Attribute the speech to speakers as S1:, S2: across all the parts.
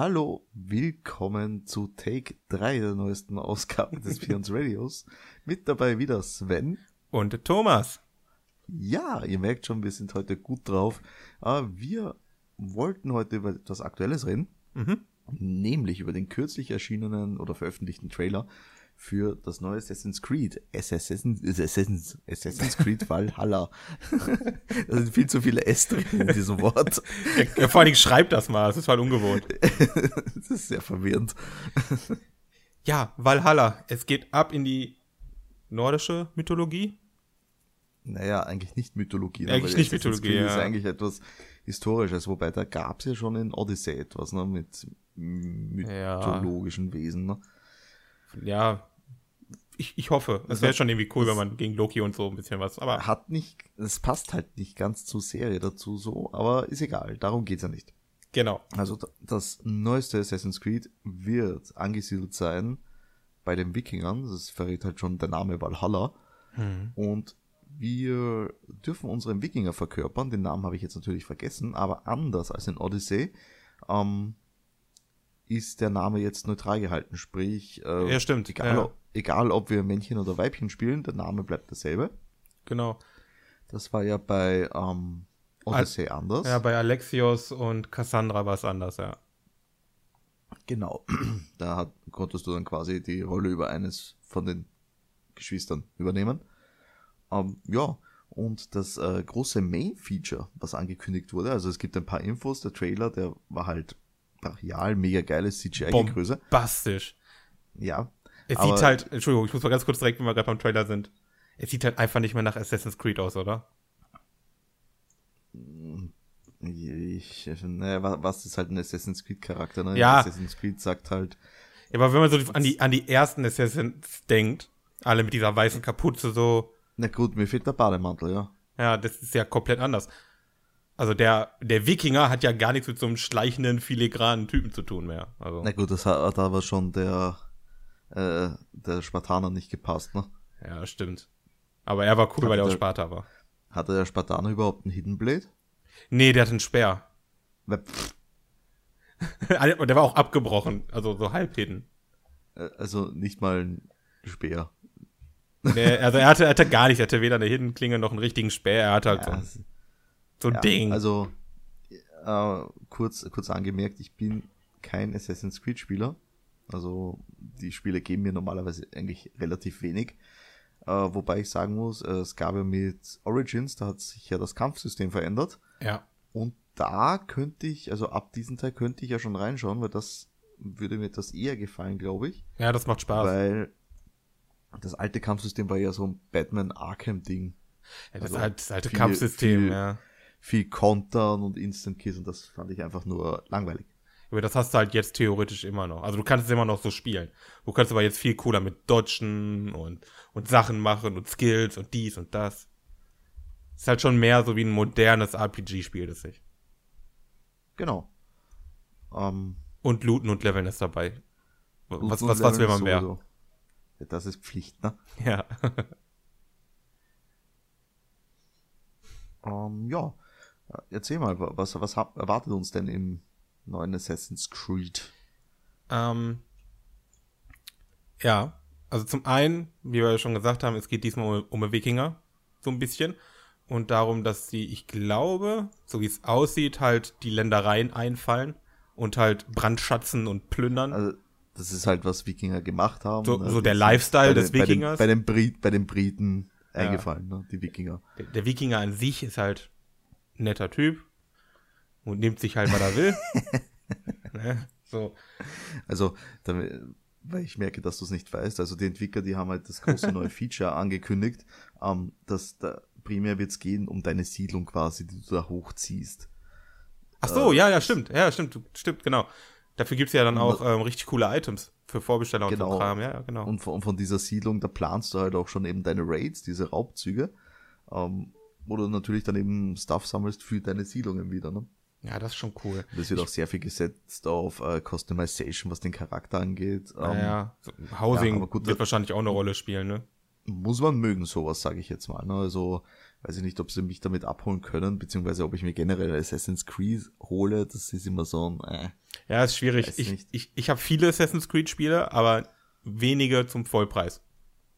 S1: Hallo, willkommen zu Take 3 der neuesten Ausgabe des Pions Radios. Mit dabei wieder Sven.
S2: Und Thomas.
S1: Ja, ihr merkt schon, wir sind heute gut drauf. Aber wir wollten heute über etwas Aktuelles reden,
S2: Mhm.
S1: nämlich über den kürzlich erschienenen oder veröffentlichten Trailer für das neue Assassin's Creed. Assassin's, Assassin's, Assassin's Creed Valhalla. da sind viel zu viele S drin in diesem Wort.
S2: Ja, vor allen Dingen schreib das mal, das ist halt ungewohnt.
S1: das ist sehr verwirrend.
S2: Ja, Valhalla, es geht ab in die nordische Mythologie.
S1: Naja, eigentlich nicht Mythologie. ne?
S2: Eigentlich
S1: Weil
S2: nicht
S1: Assassin's
S2: Mythologie,
S1: Creed ist
S2: ja.
S1: eigentlich etwas Historisches, wobei da gab's ja schon in Odyssey etwas, ne, mit
S2: Ja.
S1: mythologischen Wesen. Ne?
S2: Ja, ich, ich hoffe. Es wäre schon irgendwie cool, wenn man gegen Loki und so ein bisschen was, aber
S1: Hat nicht, es passt halt nicht ganz zur Serie dazu so, aber ist egal, darum geht's ja nicht.
S2: genau.
S1: Also d- das neueste Assassin's Creed wird angesiedelt sein bei den Wikingern, das verrät halt schon der Name Valhalla.
S2: Mhm.
S1: Und wir dürfen unseren Wikinger verkörpern. Den Namen habe ich jetzt natürlich vergessen, aber anders als in Odyssey ähm, ist der Name jetzt neutral gehalten. Sprich, äh,
S2: Ja, stimmt,
S1: Egal,
S2: ja.
S1: Ob, egal ob wir Männchen oder Weibchen spielen, der Name bleibt derselbe.
S2: Genau.
S1: Das war ja bei ähm, Odyssey anders.
S2: Ja, bei Alexios und Cassandra war es anders, ja.
S1: Genau. Da hat, konntest du dann quasi die Rolle über eines von den Geschwistern übernehmen. Ähm, ja, und das äh, große Main-Feature, was angekündigt wurde, also es gibt ein paar Infos, der Trailer, der war halt brachial, mega geiles CGI-Größe.
S2: Bombastisch.
S1: Ja.
S2: Es
S1: aber
S2: sieht halt, Entschuldigung, ich muss mal ganz kurz direkt, wenn wir gerade beim Trailer sind. Es sieht halt einfach nicht mehr nach Assassin's Creed aus, oder?
S1: Ich, naja, wa- was ist halt ein Assassin's Creed-Charakter? Ne?
S2: Ja.
S1: Assassin's Creed sagt halt,
S2: Ja, aber wenn man so an die, an die ersten Assassins denkt, alle mit dieser weißen Kapuze so,
S1: na gut, mir fehlt der Bademantel, ja.
S2: Ja, das ist ja komplett anders. Also der, der Wikinger hat ja gar nichts mit so einem schleichenden, filigranen Typen zu tun mehr. Also,
S1: Na gut, das hat da war schon der, äh, der Spartaner nicht gepasst, ne?
S2: ja, stimmt. Aber er war cool, weil er aus
S1: der-
S2: Sparta war.
S1: Hatte der Spartaner überhaupt einen Hidden Blade?
S2: Nee, der hat einen Speer.
S1: Weil, pff,
S2: Und der war auch abgebrochen, also so halb hidden.
S1: äh, Also nicht mal ein Speer.
S2: Nee, also er hatte, er hatte gar nichts, er hatte weder eine hidden Klinge noch einen richtigen Speer, er hatte halt so,
S1: Ja,
S2: ein-
S1: es-
S2: so ein
S1: ja,
S2: Ding.
S1: Also äh, kurz, kurz angemerkt, ich bin kein Assassin's Creed Spieler. Also die Spiele geben mir normalerweise eigentlich relativ wenig. Äh, wobei ich sagen muss, äh, es gab ja mit Origins, da hat sich ja das Kampfsystem verändert.
S2: ja.
S1: Und da könnte ich, also ab diesem Teil könnte ich ja schon reinschauen, weil das würde mir etwas eher gefallen, glaube ich.
S2: ja, das macht Spaß.
S1: Weil das alte Kampfsystem war ja so ein Batman Arkham Ding.
S2: Ja, das,
S1: also
S2: alte- das alte
S1: viel-
S2: Kampfsystem,
S1: viel-
S2: ja.
S1: Viel Kontern und Instant Kills und das fand ich einfach nur langweilig.
S2: Aber das hast du halt jetzt theoretisch immer noch. Also du kannst es immer noch so spielen. Du kannst aber jetzt viel cooler mit Dodgen und, und Sachen machen und Skills und dies und das. Ist halt schon mehr so wie ein modernes RPG-Spiel, das ich.
S1: Genau. Ähm,
S2: Und Looten und Leveln ist dabei. Was,
S1: Looten
S2: was,
S1: und
S2: was will man
S1: Leveln
S2: mehr?
S1: sowieso. Ja, das ist Pflicht, ne?
S2: Ja.
S1: Ähm, ja. Äh, Erzähl mal, wa- was, was hab- erwartet uns denn im neuen Assassin's Creed?
S2: ähm, ja. Also zum einen, wie wir ja schon gesagt haben, es geht diesmal um, um Wikinger. So ein bisschen. Und darum, dass sie, ich glaube, so wie es aussieht, halt die Ländereien einfallen und halt brandschatzen und plündern.
S1: Also, das ist halt, was Wikinger gemacht haben.
S2: So-
S1: ne?
S2: so
S1: Die
S2: der
S1: sind
S2: Lifestyle
S1: bei den-
S2: des
S1: bei den-
S2: Wikingers.
S1: Bei den, Brit, bei den Briten
S2: Ja.
S1: eingefallen, ne? Die Wikinger.
S2: der, der Wikinger an sich ist halt ein netter Typ und nimmt sich halt, was er will. ne? So.
S1: Also, damit, weil ich merke, dass du es nicht weißt. Also die Entwickler, die haben halt das große neue Feature angekündigt, ähm, dass da primär wird's gehen um deine Siedlung quasi, die du da hochziehst.
S2: Ach
S1: Äh,
S2: so, ja, ja, stimmt. Ja, stimmt, stimmt, genau. Dafür gibt's ja dann auch ähm, richtig coole Items für Vorbesteller und
S1: Genau.
S2: so Kram. Ja, ja, genau.
S1: Und von, von dieser Siedlung, da planst du halt auch schon eben deine Raids, diese Raubzüge, ähm, wo du natürlich dann eben Stuff sammelst für deine Siedlungen wieder. Ne?
S2: ja, das ist schon cool.
S1: Das wird auch sehr viel gesetzt auf äh, Customization, was den Charakter angeht. Ähm,
S2: naja, so, Housing
S1: aber gut,
S2: wird
S1: das-
S2: wahrscheinlich auch eine Rolle spielen, ne?
S1: Muss man mögen, sowas, sage ich jetzt mal. Ne? Also weiß ich nicht, ob sie mich damit abholen können, beziehungsweise ob ich mir generell Assassin's Creed hole. Das ist immer so ein. Äh.
S2: Ja, ist schwierig.
S1: Weiß
S2: Ich,
S1: nicht.
S2: ich, ich habe viele Assassin's Creed-Spiele, aber wenige zum Vollpreis.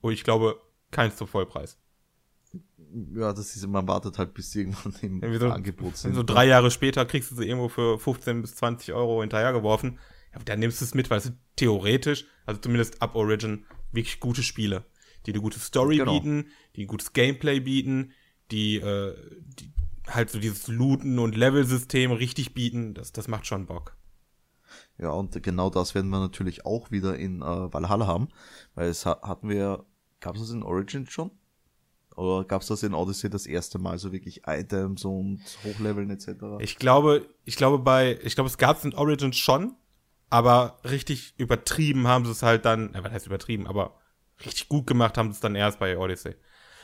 S2: Und ich glaube, keins zum Vollpreis.
S1: Ja, das ist, man wartet halt bis sie irgendwann im
S2: Irgendwie so-
S1: Angebot sind. ne?
S2: So drei Jahre später kriegst du sie irgendwo für 15 bis 20 Euro hinterhergeworfen. Ja, dann nimmst du es mit, weil es sind theoretisch, also zumindest ab Origin, wirklich gute Spiele, die eine gute Story
S1: Genau.
S2: bieten, die ein gutes Gameplay bieten, die, äh, die halt so dieses Looten und Level-System richtig bieten. Das, das macht schon Bock.
S1: Ja, und genau das werden wir natürlich auch wieder in äh, Valhalla haben, weil es ha hatten wir, gab's das in Origin schon? Oder gab's das in Odyssey das erste Mal, so wirklich Items und Hochleveln etc.?
S2: Ich glaube, ich glaube bei, ich glaube, es gab es in Origins schon, aber richtig übertrieben haben sie es halt dann, äh, was heißt übertrieben, aber richtig gut gemacht haben sie es dann erst bei Odyssey.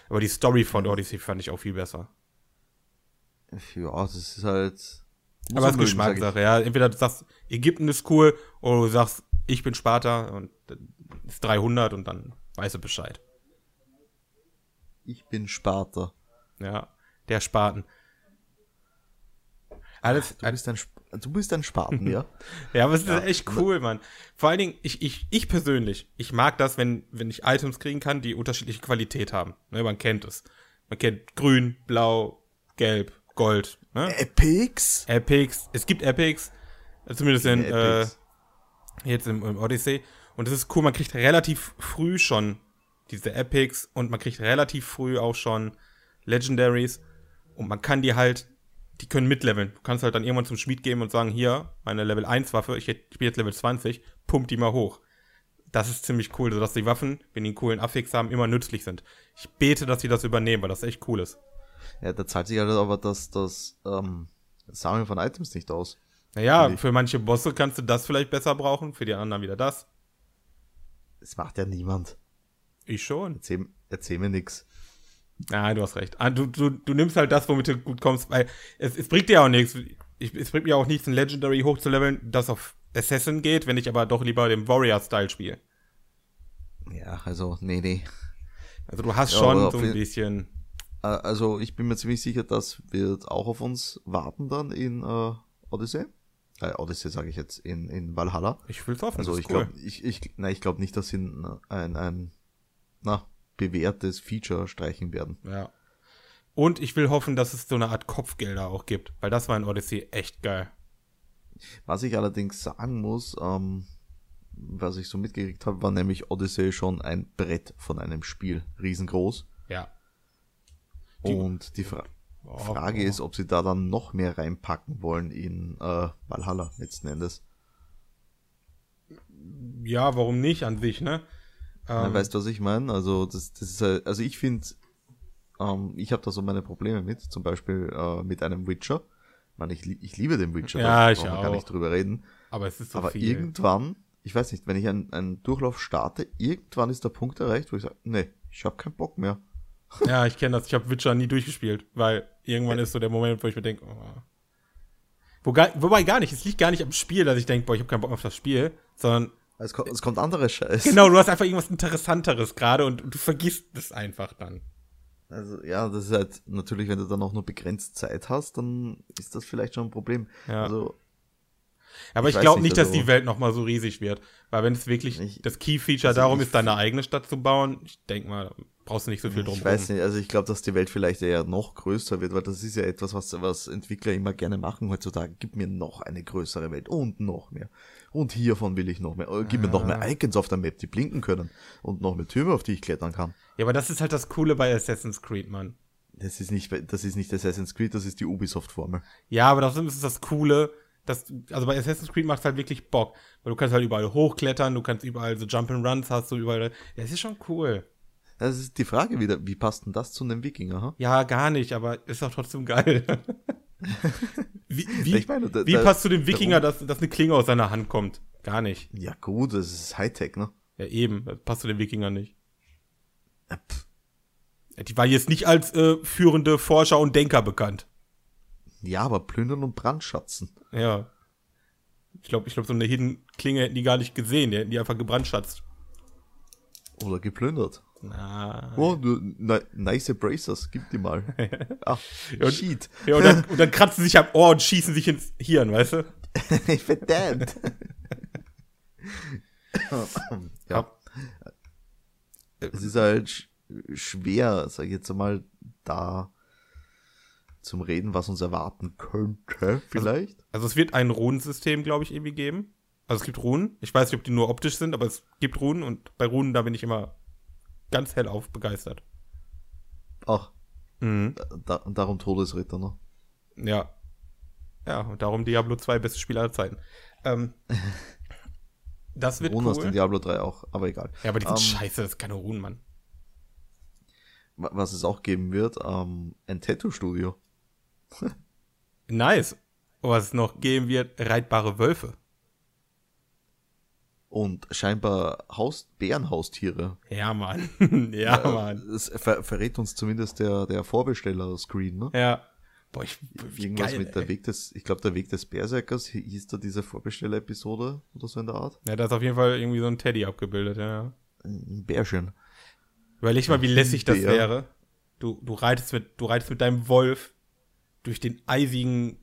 S2: Aber die Story von Odyssey fand ich auch viel besser.
S1: Ja, das ist halt. muss man mögen,
S2: aber es ist
S1: sag ich.
S2: Geschmackssache, ja. Entweder du sagst, Ägypten ist cool, oder du sagst, ich bin Sparta und dann ist 300 und dann weißt du Bescheid.
S1: Ich bin Sparta.
S2: Ja, der Spartan. Alles,
S1: Du bist ein, Sp du bist ein Spaten, ja?
S2: Ja, aber es ist echt cool, Mann. Vor allen Dingen, ich, ich, ich persönlich, ich mag das, wenn, wenn ich Items kriegen kann, die unterschiedliche Qualität haben. Ne, man kennt es. Man kennt grün, blau, gelb, gold. Ne?
S1: Epics?
S2: Epics. Es gibt Epics. äh, Zumindest in, äh,
S1: Epics.
S2: jetzt im, im Odyssey. Und das ist cool, man kriegt relativ früh schon diese Epics und man kriegt relativ früh auch schon Legendaries. Und man kann die halt, die können mitleveln. Du kannst halt dann irgendwann zum Schmied gehen und sagen, hier, meine Level 1 Waffe, ich hätt- ich bin jetzt Level 20, pump die mal hoch. Das ist ziemlich cool, sodass die Waffen, wenn die einen coolen Affix haben, immer nützlich sind. Ich bete, dass die das übernehmen, weil das echt cool ist. äh,
S1: Ja, da zahlt sich halt aber das, das ähm, Sammeln von Items nicht aus.
S2: Naja,
S1: Natürlich.
S2: für manche Bosse kannst du das vielleicht besser brauchen, für die anderen wieder das.
S1: Das macht ja niemand.
S2: Ich schon.
S1: Erzähl, erzähl mir nix.
S2: Nein, du hast recht. Ah, Du, du, du nimmst halt das, womit du gut kommst, weil es, es bringt dir ja auch nichts. Ich, es bringt mir auch nichts, ein Legendary hochzuleveln, das auf Assassin geht, wenn ich aber doch lieber den Warrior-Style spiele.
S1: Ja, also, nee, nee.
S2: Also du hast
S1: Ja,
S2: schon
S1: aber
S2: so
S1: auf
S2: ein
S1: jeden-
S2: bisschen.
S1: Äh, Also ich bin mir ziemlich sicher, das wird auch auf uns warten dann in äh, Odyssey. Äh, Odyssey sage ich jetzt, in, in Valhalla.
S2: Ich will's hoffen.
S1: Also
S2: das
S1: ich
S2: ist
S1: glaube, ich, ich, nein, ich glaube nicht, dass sie ein, ein, ein na, bewährtes Feature streichen werden.
S2: Ja. Und ich will hoffen, dass es so eine Art Kopfgelder auch gibt, weil das war in Odyssey echt geil.
S1: Was ich allerdings sagen muss, ähm, was ich so mitgekriegt habe, war nämlich Odyssey schon ein Brett von einem Spiel, riesengroß.
S2: Ja. Die-
S1: Und die Fra
S2: Oh,
S1: Frage
S2: oh.
S1: ist, ob sie da dann noch mehr reinpacken wollen in äh, Valhalla letzten Endes.
S2: Ja, warum nicht an sich, ne?
S1: Ja,
S2: Ähm,
S1: weißt du, was ich meine? Also, das, das ist halt, also ich finde, ähm, ich habe da so meine Probleme mit, zum Beispiel äh, mit einem Witcher. Ich, meine, ich, lie- ich liebe den Witcher,
S2: Ja,
S1: da
S2: ich
S1: brauchen wir gar
S2: auch.
S1: nicht drüber reden.
S2: aber es ist so
S1: aber
S2: viel.
S1: irgendwann, ich weiß nicht, wenn ich einen, einen Durchlauf starte, irgendwann ist der Punkt erreicht, wo ich sage, nee, ich habe keinen Bock mehr.
S2: Ja, ich kenne das. Ich habe Witcher nie durchgespielt, weil irgendwann ist so der Moment, wo ich mir denke, oh. wo gar, wobei gar nicht. Es liegt gar nicht am Spiel, dass ich denke, boah, ich habe keinen Bock mehr auf das Spiel, sondern
S1: Es kommt, es kommt andere Scheiß.
S2: genau, du hast einfach irgendwas Interessanteres gerade und du vergisst es einfach dann.
S1: Also ja, das ist halt natürlich, wenn du dann auch nur begrenzt Zeit hast, dann ist das vielleicht schon ein Problem.
S2: Ja.
S1: Also
S2: Aber
S1: Ich
S2: ich,
S1: weiß
S2: glaube
S1: nicht,
S2: nicht, dass
S1: also-
S2: die Welt noch mal so riesig wird, weil wenn es wirklich
S1: Ich-
S2: das Key Feature
S1: also
S2: darum
S1: ich-
S2: ist, deine eigene Stadt zu bauen, ich denke mal, brauchst du nicht so viel drum.
S1: Ich weiß nicht, also ich glaube, dass die Welt vielleicht eher noch größer wird, weil das ist ja etwas, was, was Entwickler immer gerne machen heutzutage. Gib mir noch eine größere Welt und noch mehr. Und hiervon will ich noch mehr. Oder gib mir noch mehr Icons auf der Map, die blinken können. Und noch mehr Türme, auf die ich klettern kann.
S2: Ja, aber das ist halt das Coole bei Assassin's Creed, Mann.
S1: Das ist nicht, das ist nicht Assassin's Creed, das ist die Ubisoft-Formel.
S2: Ja, aber das ist das Coole. Dass, du- also bei Assassin's Creed macht halt wirklich Bock. Weil du kannst halt überall hochklettern, du kannst überall so Jump'n'Runs hast du überall. Ja, das ist schon cool.
S1: Das ist die Frage wieder, wie passt denn das zu einem Wikinger? Ha?
S2: Ja, gar nicht, aber ist doch trotzdem geil. wie wie,
S1: Ich meine, da-
S2: wie
S1: da-
S2: passt zu dem
S1: da-
S2: Wikinger, dass, dass eine Klinge aus seiner Hand kommt? Gar nicht.
S1: Ja gut, das ist Hightech, ne?
S2: Ja, eben. Das passt zu dem Wikinger nicht.
S1: Ja, pff,
S2: Ja, Die war jetzt nicht als äh, führende Forscher und Denker bekannt.
S1: Ja, aber plündern und brandschatzen.
S2: Ja. Ich glaube, ich glaub, so eine Hidden Klinge hätten die gar nicht gesehen. Die hätten die einfach gebrandschatzt.
S1: Oder geplündert.
S2: Na.
S1: Oh, du, ne, nice Bracers, gib die mal. Ah,
S2: und-
S1: shit.
S2: Ja, und dann, und dann kratzen sie sich am Ohr und schießen sich ins Hirn, weißt du?
S1: Verdammt. ja. Es ist halt sch schwer, sag ich jetzt mal, da zum Reden, was uns erwarten könnte, vielleicht.
S2: Also es wird ein Runensystem, glaube ich, irgendwie geben. Also es gibt Runen. Ich weiß nicht, ob die nur optisch sind, aber es gibt Runen und bei Runen, da bin ich immer ganz hellauf begeistert.
S1: Ach,
S2: Mhm.
S1: da, darum Todesritter, ne?
S2: Ja. Ja, und darum Diablo 2 bestes Spiel aller Zeiten. Ähm, das wird
S1: Ohne aus dem
S2: cool.
S1: Diablo 3 auch, aber egal.
S2: Ja, aber die sind
S1: Ähm,
S2: scheiße, das ist keine Runen, Mann.
S1: Wa- Was es auch geben wird, ähm, ein Tattoo-Studio.
S2: Nice. Oh, Was es noch geben wird, reitbare Wölfe.
S1: Und scheinbar Haus Bärenhaustiere.
S2: Ja, Mann. ja, Mann.
S1: Das ver verrät uns zumindest der, der Vorbesteller-Screen, ne?
S2: Ja. Boah, ich, wie
S1: Irgendwas
S2: geil,
S1: mit der
S2: ey.
S1: Weg des, ich glaube, der Weg des Berserkers hi- hieß da diese Vorbesteller-Episode oder so in der Art.
S2: Ja, da ist auf jeden Fall irgendwie so ein Teddy abgebildet, ja.
S1: Ein Bärchen.
S2: Überleg mal, wie lässig das
S1: Bär.
S2: wäre. Du, du reitest mit, du reitest mit deinem Wolf durch den eisigen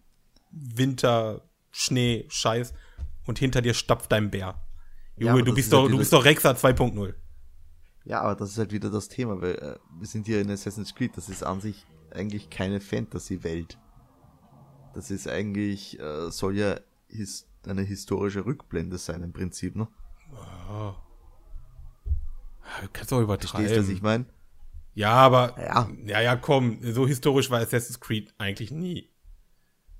S2: Winter, Schnee, Scheiß und hinter dir stapft dein Bär.
S1: Ja,
S2: Junge,
S1: aber
S2: du
S1: das
S2: bist
S1: ist ja
S2: doch, du
S1: dieses-
S2: bist doch Rexa 2.0.
S1: Ja, aber das ist halt wieder das Thema, weil äh, wir sind hier in Assassin's Creed, das ist an sich eigentlich keine Fantasy-Welt. Das ist eigentlich, äh, soll ja his eine historische Rückblende sein im Prinzip, ne?
S2: Oh. Du kannst doch
S1: Verstehst du, was ich
S2: übertreiben.
S1: meine?
S2: Ja, aber, ja.
S1: Ja.
S2: ja, komm, so historisch war Assassin's Creed eigentlich nie.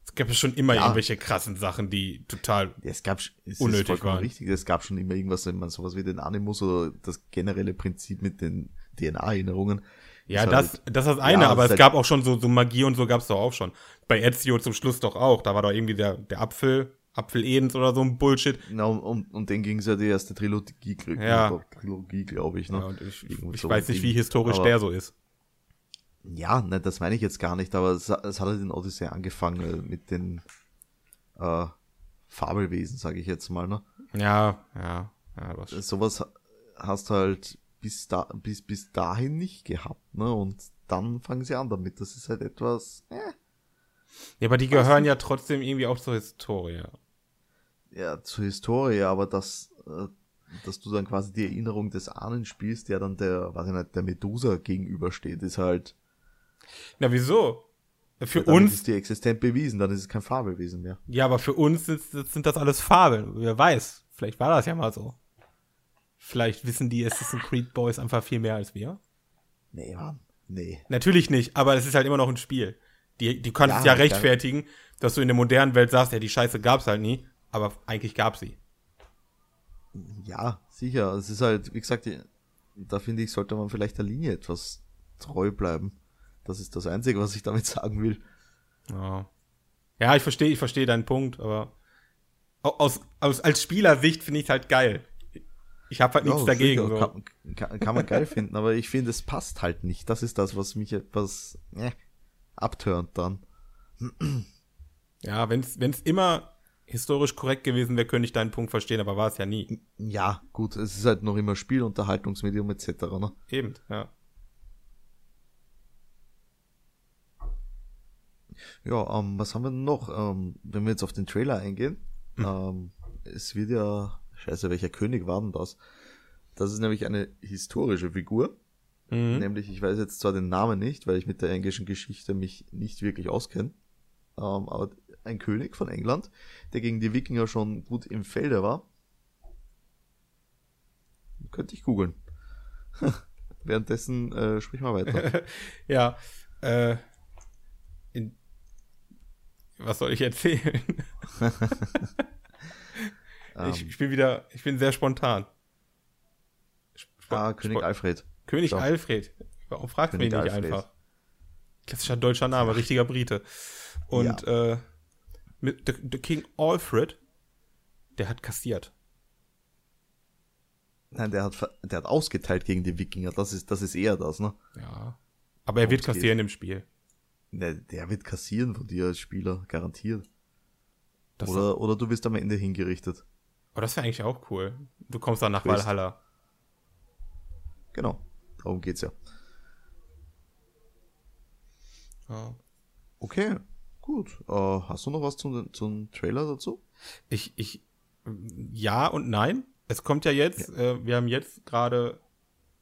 S2: Es gab ja schon immer
S1: Ja.
S2: irgendwelche krassen Sachen, die total,
S1: Ja, es gab sch- es
S2: Unnötig
S1: ist vollkommen
S2: waren.
S1: richtig, es gab schon immer irgendwas, wenn man sowas wie den Animus oder das generelle Prinzip mit den DNA-Erinnerungen.
S2: Ja,
S1: Ist
S2: das,
S1: halt-
S2: das ist das eine,
S1: Ja,
S2: aber
S1: das ist
S2: es
S1: halt-
S2: gab auch schon so, so Magie und so gab's doch auch schon. Bei Ezio zum Schluss doch auch. Da war doch irgendwie der, der Apfel, Apfel Edens oder so ein Bullshit.
S1: Na, um, um, um den ging es ja die erste Trilogie, gl-
S2: Ja.
S1: oder Trilogie glaube ich. Ne?
S2: Ja, und ich ich,
S1: Irgend
S2: ich
S1: so ein
S2: weiß nicht, wie
S1: Ding.
S2: historisch
S1: aber,
S2: der so ist.
S1: Ja, ne, das meine ich jetzt gar nicht, aber es, es hat halt in Odyssey angefangen äh, mit den äh, Fabelwesen, sage ich jetzt mal. Ne?
S2: Ja, ja, ja, du hast schon-
S1: Sowas ha- hast halt bis, da, bis, bis dahin nicht gehabt. Ne? Und dann fangen sie an damit. Das ist halt etwas... Äh,
S2: ja, aber die gehören ja trotzdem irgendwie auch zur Historie.
S1: ja, zur Historie, aber dass, äh, dass du dann quasi die Erinnerung des Ahnen spielst, der dann der, weiß ich nicht, der Medusa gegenübersteht, ist halt,
S2: Na, wieso? Für
S1: damit
S2: uns,
S1: ist die existent bewiesen, dann ist es kein Fabelwesen mehr.
S2: ja, aber für uns sind, sind das alles Fabeln. Wer weiß, vielleicht war das ja mal so. Vielleicht wissen die Assassin's Creed Boys einfach viel mehr als wir.
S1: Nee, Mann, nee.
S2: Natürlich nicht, aber es ist halt immer noch ein Spiel. Die, die kannst ja, ja
S1: Ja, klar.
S2: rechtfertigen, dass du in der modernen Welt sagst, ja, die Scheiße gab's halt nie, aber eigentlich gab's sie.
S1: Ja, sicher, es ist halt, wie gesagt, die- da finde ich, sollte man vielleicht der Linie etwas treu bleiben. Das ist das Einzige, was ich damit sagen will.
S2: Ja, ja ich verstehe, ich verstehe deinen Punkt, aber au- aus, aus, als Spielersicht finde ich halt geil. Ich habe halt nichts
S1: Ja,
S2: dagegen.
S1: sicher,
S2: So.
S1: Kann, kann, kann man geil finden, aber ich finde, es passt halt nicht. Das ist das, was mich etwas äh, abturnt dann.
S2: Ja, wenn's wenn's immer historisch korrekt gewesen wäre, könnte ich deinen Punkt verstehen, aber war es ja nie.
S1: Ja, gut, es ist halt noch immer Spiel, Unterhaltungsmedium etc. Ne?
S2: Eben, ja.
S1: Ja, ähm, was haben wir denn noch? Ähm, wenn wir jetzt auf den Trailer eingehen,
S2: Hm.
S1: ähm, es wird ja, scheiße, welcher König war denn das? Das ist nämlich eine historische Figur,
S2: Mhm.
S1: nämlich ich weiß jetzt zwar den Namen nicht, weil ich mit der englischen Geschichte mich nicht wirklich auskenne, ähm, aber ein König von England, der gegen die Wikinger schon gut im Felde war. Könnte ich googeln. Währenddessen äh, sprich mal weiter.
S2: Ja, äh, in, was soll ich erzählen? Ich,
S1: Ähm,
S2: ich bin wieder, ich bin sehr spontan. Sp-
S1: ah,
S2: spo-
S1: König
S2: spo-
S1: Alfred.
S2: König
S1: So.
S2: Alfred. Warum fragst du mich
S1: König
S2: nicht
S1: Alfred.
S2: einfach? Klassischer deutscher Name, richtiger Brite. Und äh, mit the, the King Alfred, der hat kassiert.
S1: Nein, der hat, ver- der hat ausgeteilt gegen die Wikinger. Das ist, das ist eher das, ne?
S2: Ja. Aber er wird
S1: Worum es
S2: kassieren im Spiel.
S1: Ne, der wird kassieren von dir als Spieler, garantiert.
S2: Das, oder,
S1: Oder, oder du wirst am Ende hingerichtet.
S2: oh, das wäre eigentlich auch cool. Du kommst dann nach
S1: Twist.
S2: Valhalla.
S1: Genau. Darum geht's ja.
S2: Ja.
S1: Okay, gut. Äh, hast du noch was zum, zum Trailer dazu?
S2: Ich, ich, ja und nein. Es kommt ja jetzt, Äh, wir haben jetzt gerade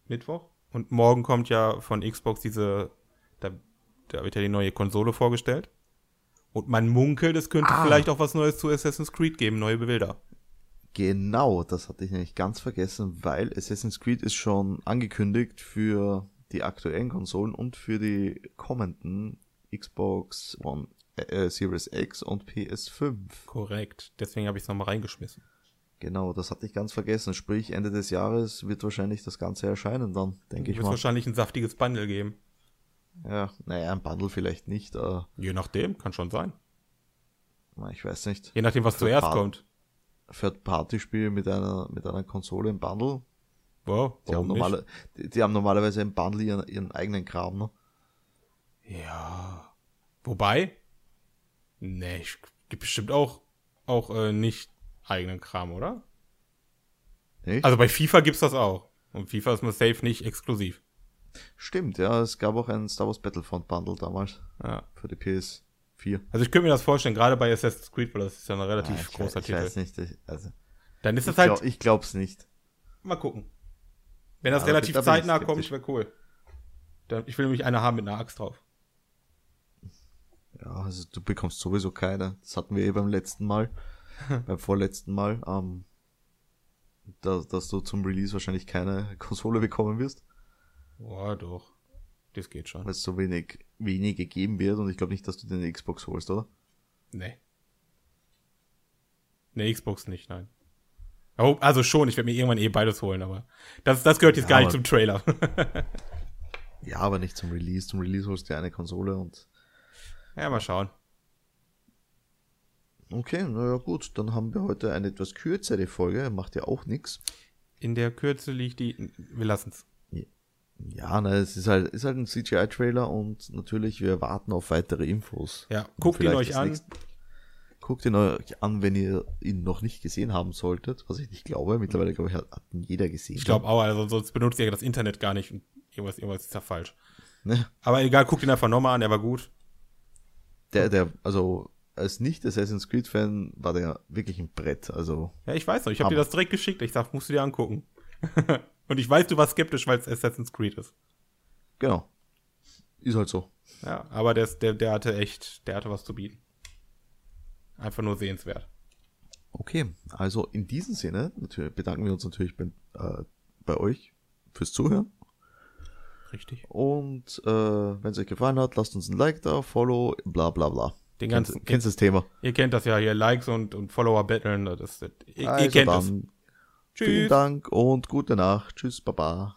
S2: Mittwoch und morgen kommt ja von Xbox diese, da, da wird ja die neue Konsole vorgestellt. Und man munkelt, es könnte
S1: Ah.
S2: vielleicht auch was Neues zu Assassin's Creed geben, neue Bilder.
S1: Genau, das hatte ich nämlich ganz vergessen, weil Assassin's Creed ist schon angekündigt für die aktuellen Konsolen und für die kommenden Xbox One äh, äh, Series X und PS5.
S2: Korrekt. Deswegen habe ich es nochmal reingeschmissen.
S1: Genau, das hatte ich ganz vergessen. Sprich, Ende des Jahres wird wahrscheinlich das Ganze erscheinen dann, denke ich
S2: Wird
S1: mal.
S2: wahrscheinlich ein saftiges Bundle geben.
S1: Ja, naja, ein Bundle vielleicht nicht, aber
S2: Je nachdem, kann schon sein.
S1: na, ich weiß nicht.
S2: Je nachdem, was zuerst
S1: Faden.
S2: kommt.
S1: Third-Party-Spiel mit einer, mit einer Konsole im Bundle.
S2: Wow,
S1: Die haben,
S2: warum nicht?
S1: normale, die, die haben normalerweise im Bundle ihren, ihren eigenen Kram, ne?
S2: Ja. Wobei, nee, ich, gibt bestimmt auch, auch äh, nicht eigenen Kram, oder?
S1: Nicht?
S2: Also bei FIFA gibt's das auch. Und FIFA ist mir safe nicht exklusiv.
S1: Stimmt, ja, es gab auch einen Star Wars Battlefront Bundle damals
S2: Ja.
S1: für die PS4.
S2: Also ich könnte mir das vorstellen, gerade bei Assassin's Creed, weil das ist ja ein relativ
S1: Ah, ich,
S2: großer
S1: ich
S2: Titel.
S1: weiß nicht, ich, also,
S2: Dann ist
S1: ich,
S2: das halt,
S1: glaub, ich glaub's nicht.
S2: mal gucken. Wenn das
S1: Ja, da bin-
S2: relativ
S1: da bin ich
S2: zeitnah kommt,
S1: skeptisch.
S2: wäre cool. Dann, ich will nämlich einer haben mit einer Axt drauf.
S1: Ja, also du bekommst sowieso keine. Das hatten wir eh beim letzten Mal, beim vorletzten Mal, ähm, dass, dass du zum Release wahrscheinlich keine Konsole bekommen wirst,
S2: Boah, doch. Das geht schon.
S1: weil es so wenig, wenig gegeben wird und ich glaube nicht, dass du dir eine Xbox holst, oder?
S2: Nee. Nee, Xbox nicht, nein. Oh, also schon, ich werde mir irgendwann eh beides holen, aber das, das gehört jetzt
S1: Ja,
S2: gar nicht
S1: aber-
S2: zum Trailer.
S1: Ja, aber nicht zum Release. Zum Release holst du dir eine Konsole und
S2: ja, mal schauen.
S1: okay, naja gut, dann haben wir heute eine etwas kürzere Folge, macht ja auch nix.
S2: In der Kürze liegt die. Wir lassen's.
S1: Ja, ne, es ist halt, ist halt ein CGI-Trailer und natürlich, wir warten auf weitere Infos.
S2: Ja,
S1: Und
S2: guckt ihn
S1: vielleicht
S2: euch
S1: das
S2: an.
S1: nächste- guckt ihn euch an, wenn ihr ihn noch nicht gesehen haben solltet, was ich nicht glaube. Mittlerweile, glaube ich, hat, hat ihn jeder gesehen.
S2: Ich glaube auch, also sonst benutzt ihr das Internet gar nicht und irgendwas, irgendwas ist da falsch.
S1: Ne?
S2: Aber egal, guckt ihn einfach nochmal an, der war gut.
S1: Der, der, also, als nicht-Assassin's Creed-Fan war der wirklich ein Brett. Also,
S2: Ja, ich weiß noch, ich habe
S1: Aber-
S2: dir das direkt geschickt. Ich sag, musst du dir angucken. und ich weiß, du warst skeptisch, weil es Assassin's Creed ist.
S1: genau. Ist halt so.
S2: Ja, aber der, ist- der, der hatte echt, der hatte was zu bieten. Einfach nur sehenswert.
S1: Okay, also in diesem Sinne natürlich bedanken wir uns natürlich bei, äh, bei euch fürs Zuhören.
S2: Richtig.
S1: Und äh, wenn es euch gefallen hat, lasst uns ein Like da, Follow, bla bla bla.
S2: Den
S1: Kennst-
S2: ganzen-
S1: kennst das Thema.
S2: Ihr kennt das ja hier, Likes und, und Follower betteln. Das, das, ihr, ihr
S1: Also
S2: kennt es.
S1: dann, Vielen
S2: Tschüss.
S1: Dank und gute Nacht. Tschüss, Baba.